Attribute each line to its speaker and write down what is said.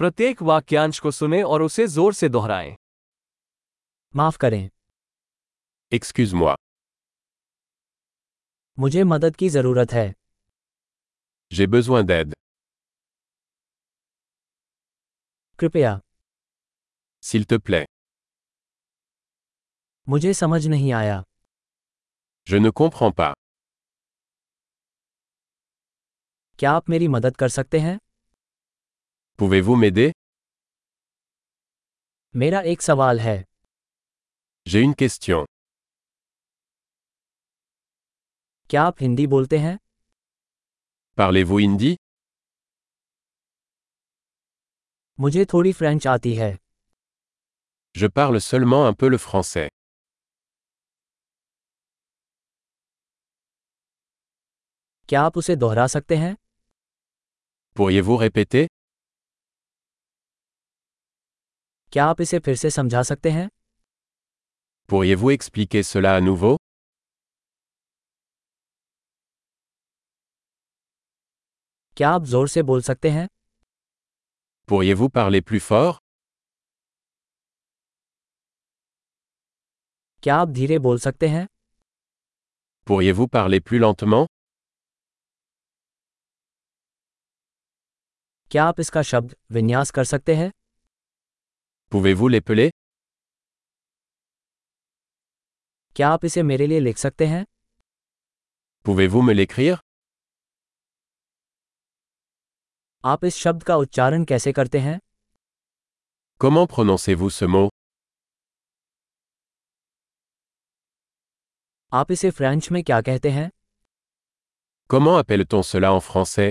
Speaker 1: प्रत्येक वाक्यांश को सुने और उसे जोर से दोहराएं
Speaker 2: माफ करें
Speaker 3: Excuse-moi.
Speaker 2: मुझे मदद की जरूरत है
Speaker 3: J'ai besoin d'aide.
Speaker 2: कृपया
Speaker 3: S'il te plaît.
Speaker 2: मुझे समझ नहीं आया
Speaker 3: Je ne comprends pas.
Speaker 2: क्या आप मेरी मदद कर सकते हैं
Speaker 3: Pouvez-vous m'aider
Speaker 2: मेरा एक सवाल है
Speaker 3: J'ai une question.
Speaker 2: क्या आप हिंदी बोलते हैं
Speaker 3: Parlez-vous hindi
Speaker 2: मुझे थोड़ी फ्रेंच आती है
Speaker 3: Je parle seulement un peu le français.
Speaker 2: क्या आप उसे दोहरा सकते हैं
Speaker 3: Pourriez-vous répéter
Speaker 2: क्या आप इसे फिर से समझा सकते हैं
Speaker 3: Pourriez-vous expliquer cela à nouveau
Speaker 2: क्या आप जोर से बोल सकते हैं
Speaker 3: Pourriez-vous parler plus fort
Speaker 2: क्या आप धीरे बोल सकते हैं
Speaker 3: Pourriez-vous parler plus lentement
Speaker 2: क्या आप इसका शब्द विन्यास कर सकते हैं
Speaker 3: Pouvez-vous l'épeler
Speaker 2: क्या आप इसे मेरे लिए लिख सकते हैं
Speaker 3: Pouvez-vous me l'écrire
Speaker 2: आप इस शब्द का उच्चारण कैसे करते हैं
Speaker 3: Comment prononcez-vous ce mot
Speaker 2: आप इसे फ्रेंच में क्या कहते हैं
Speaker 3: Comment appelle-t-on cela en français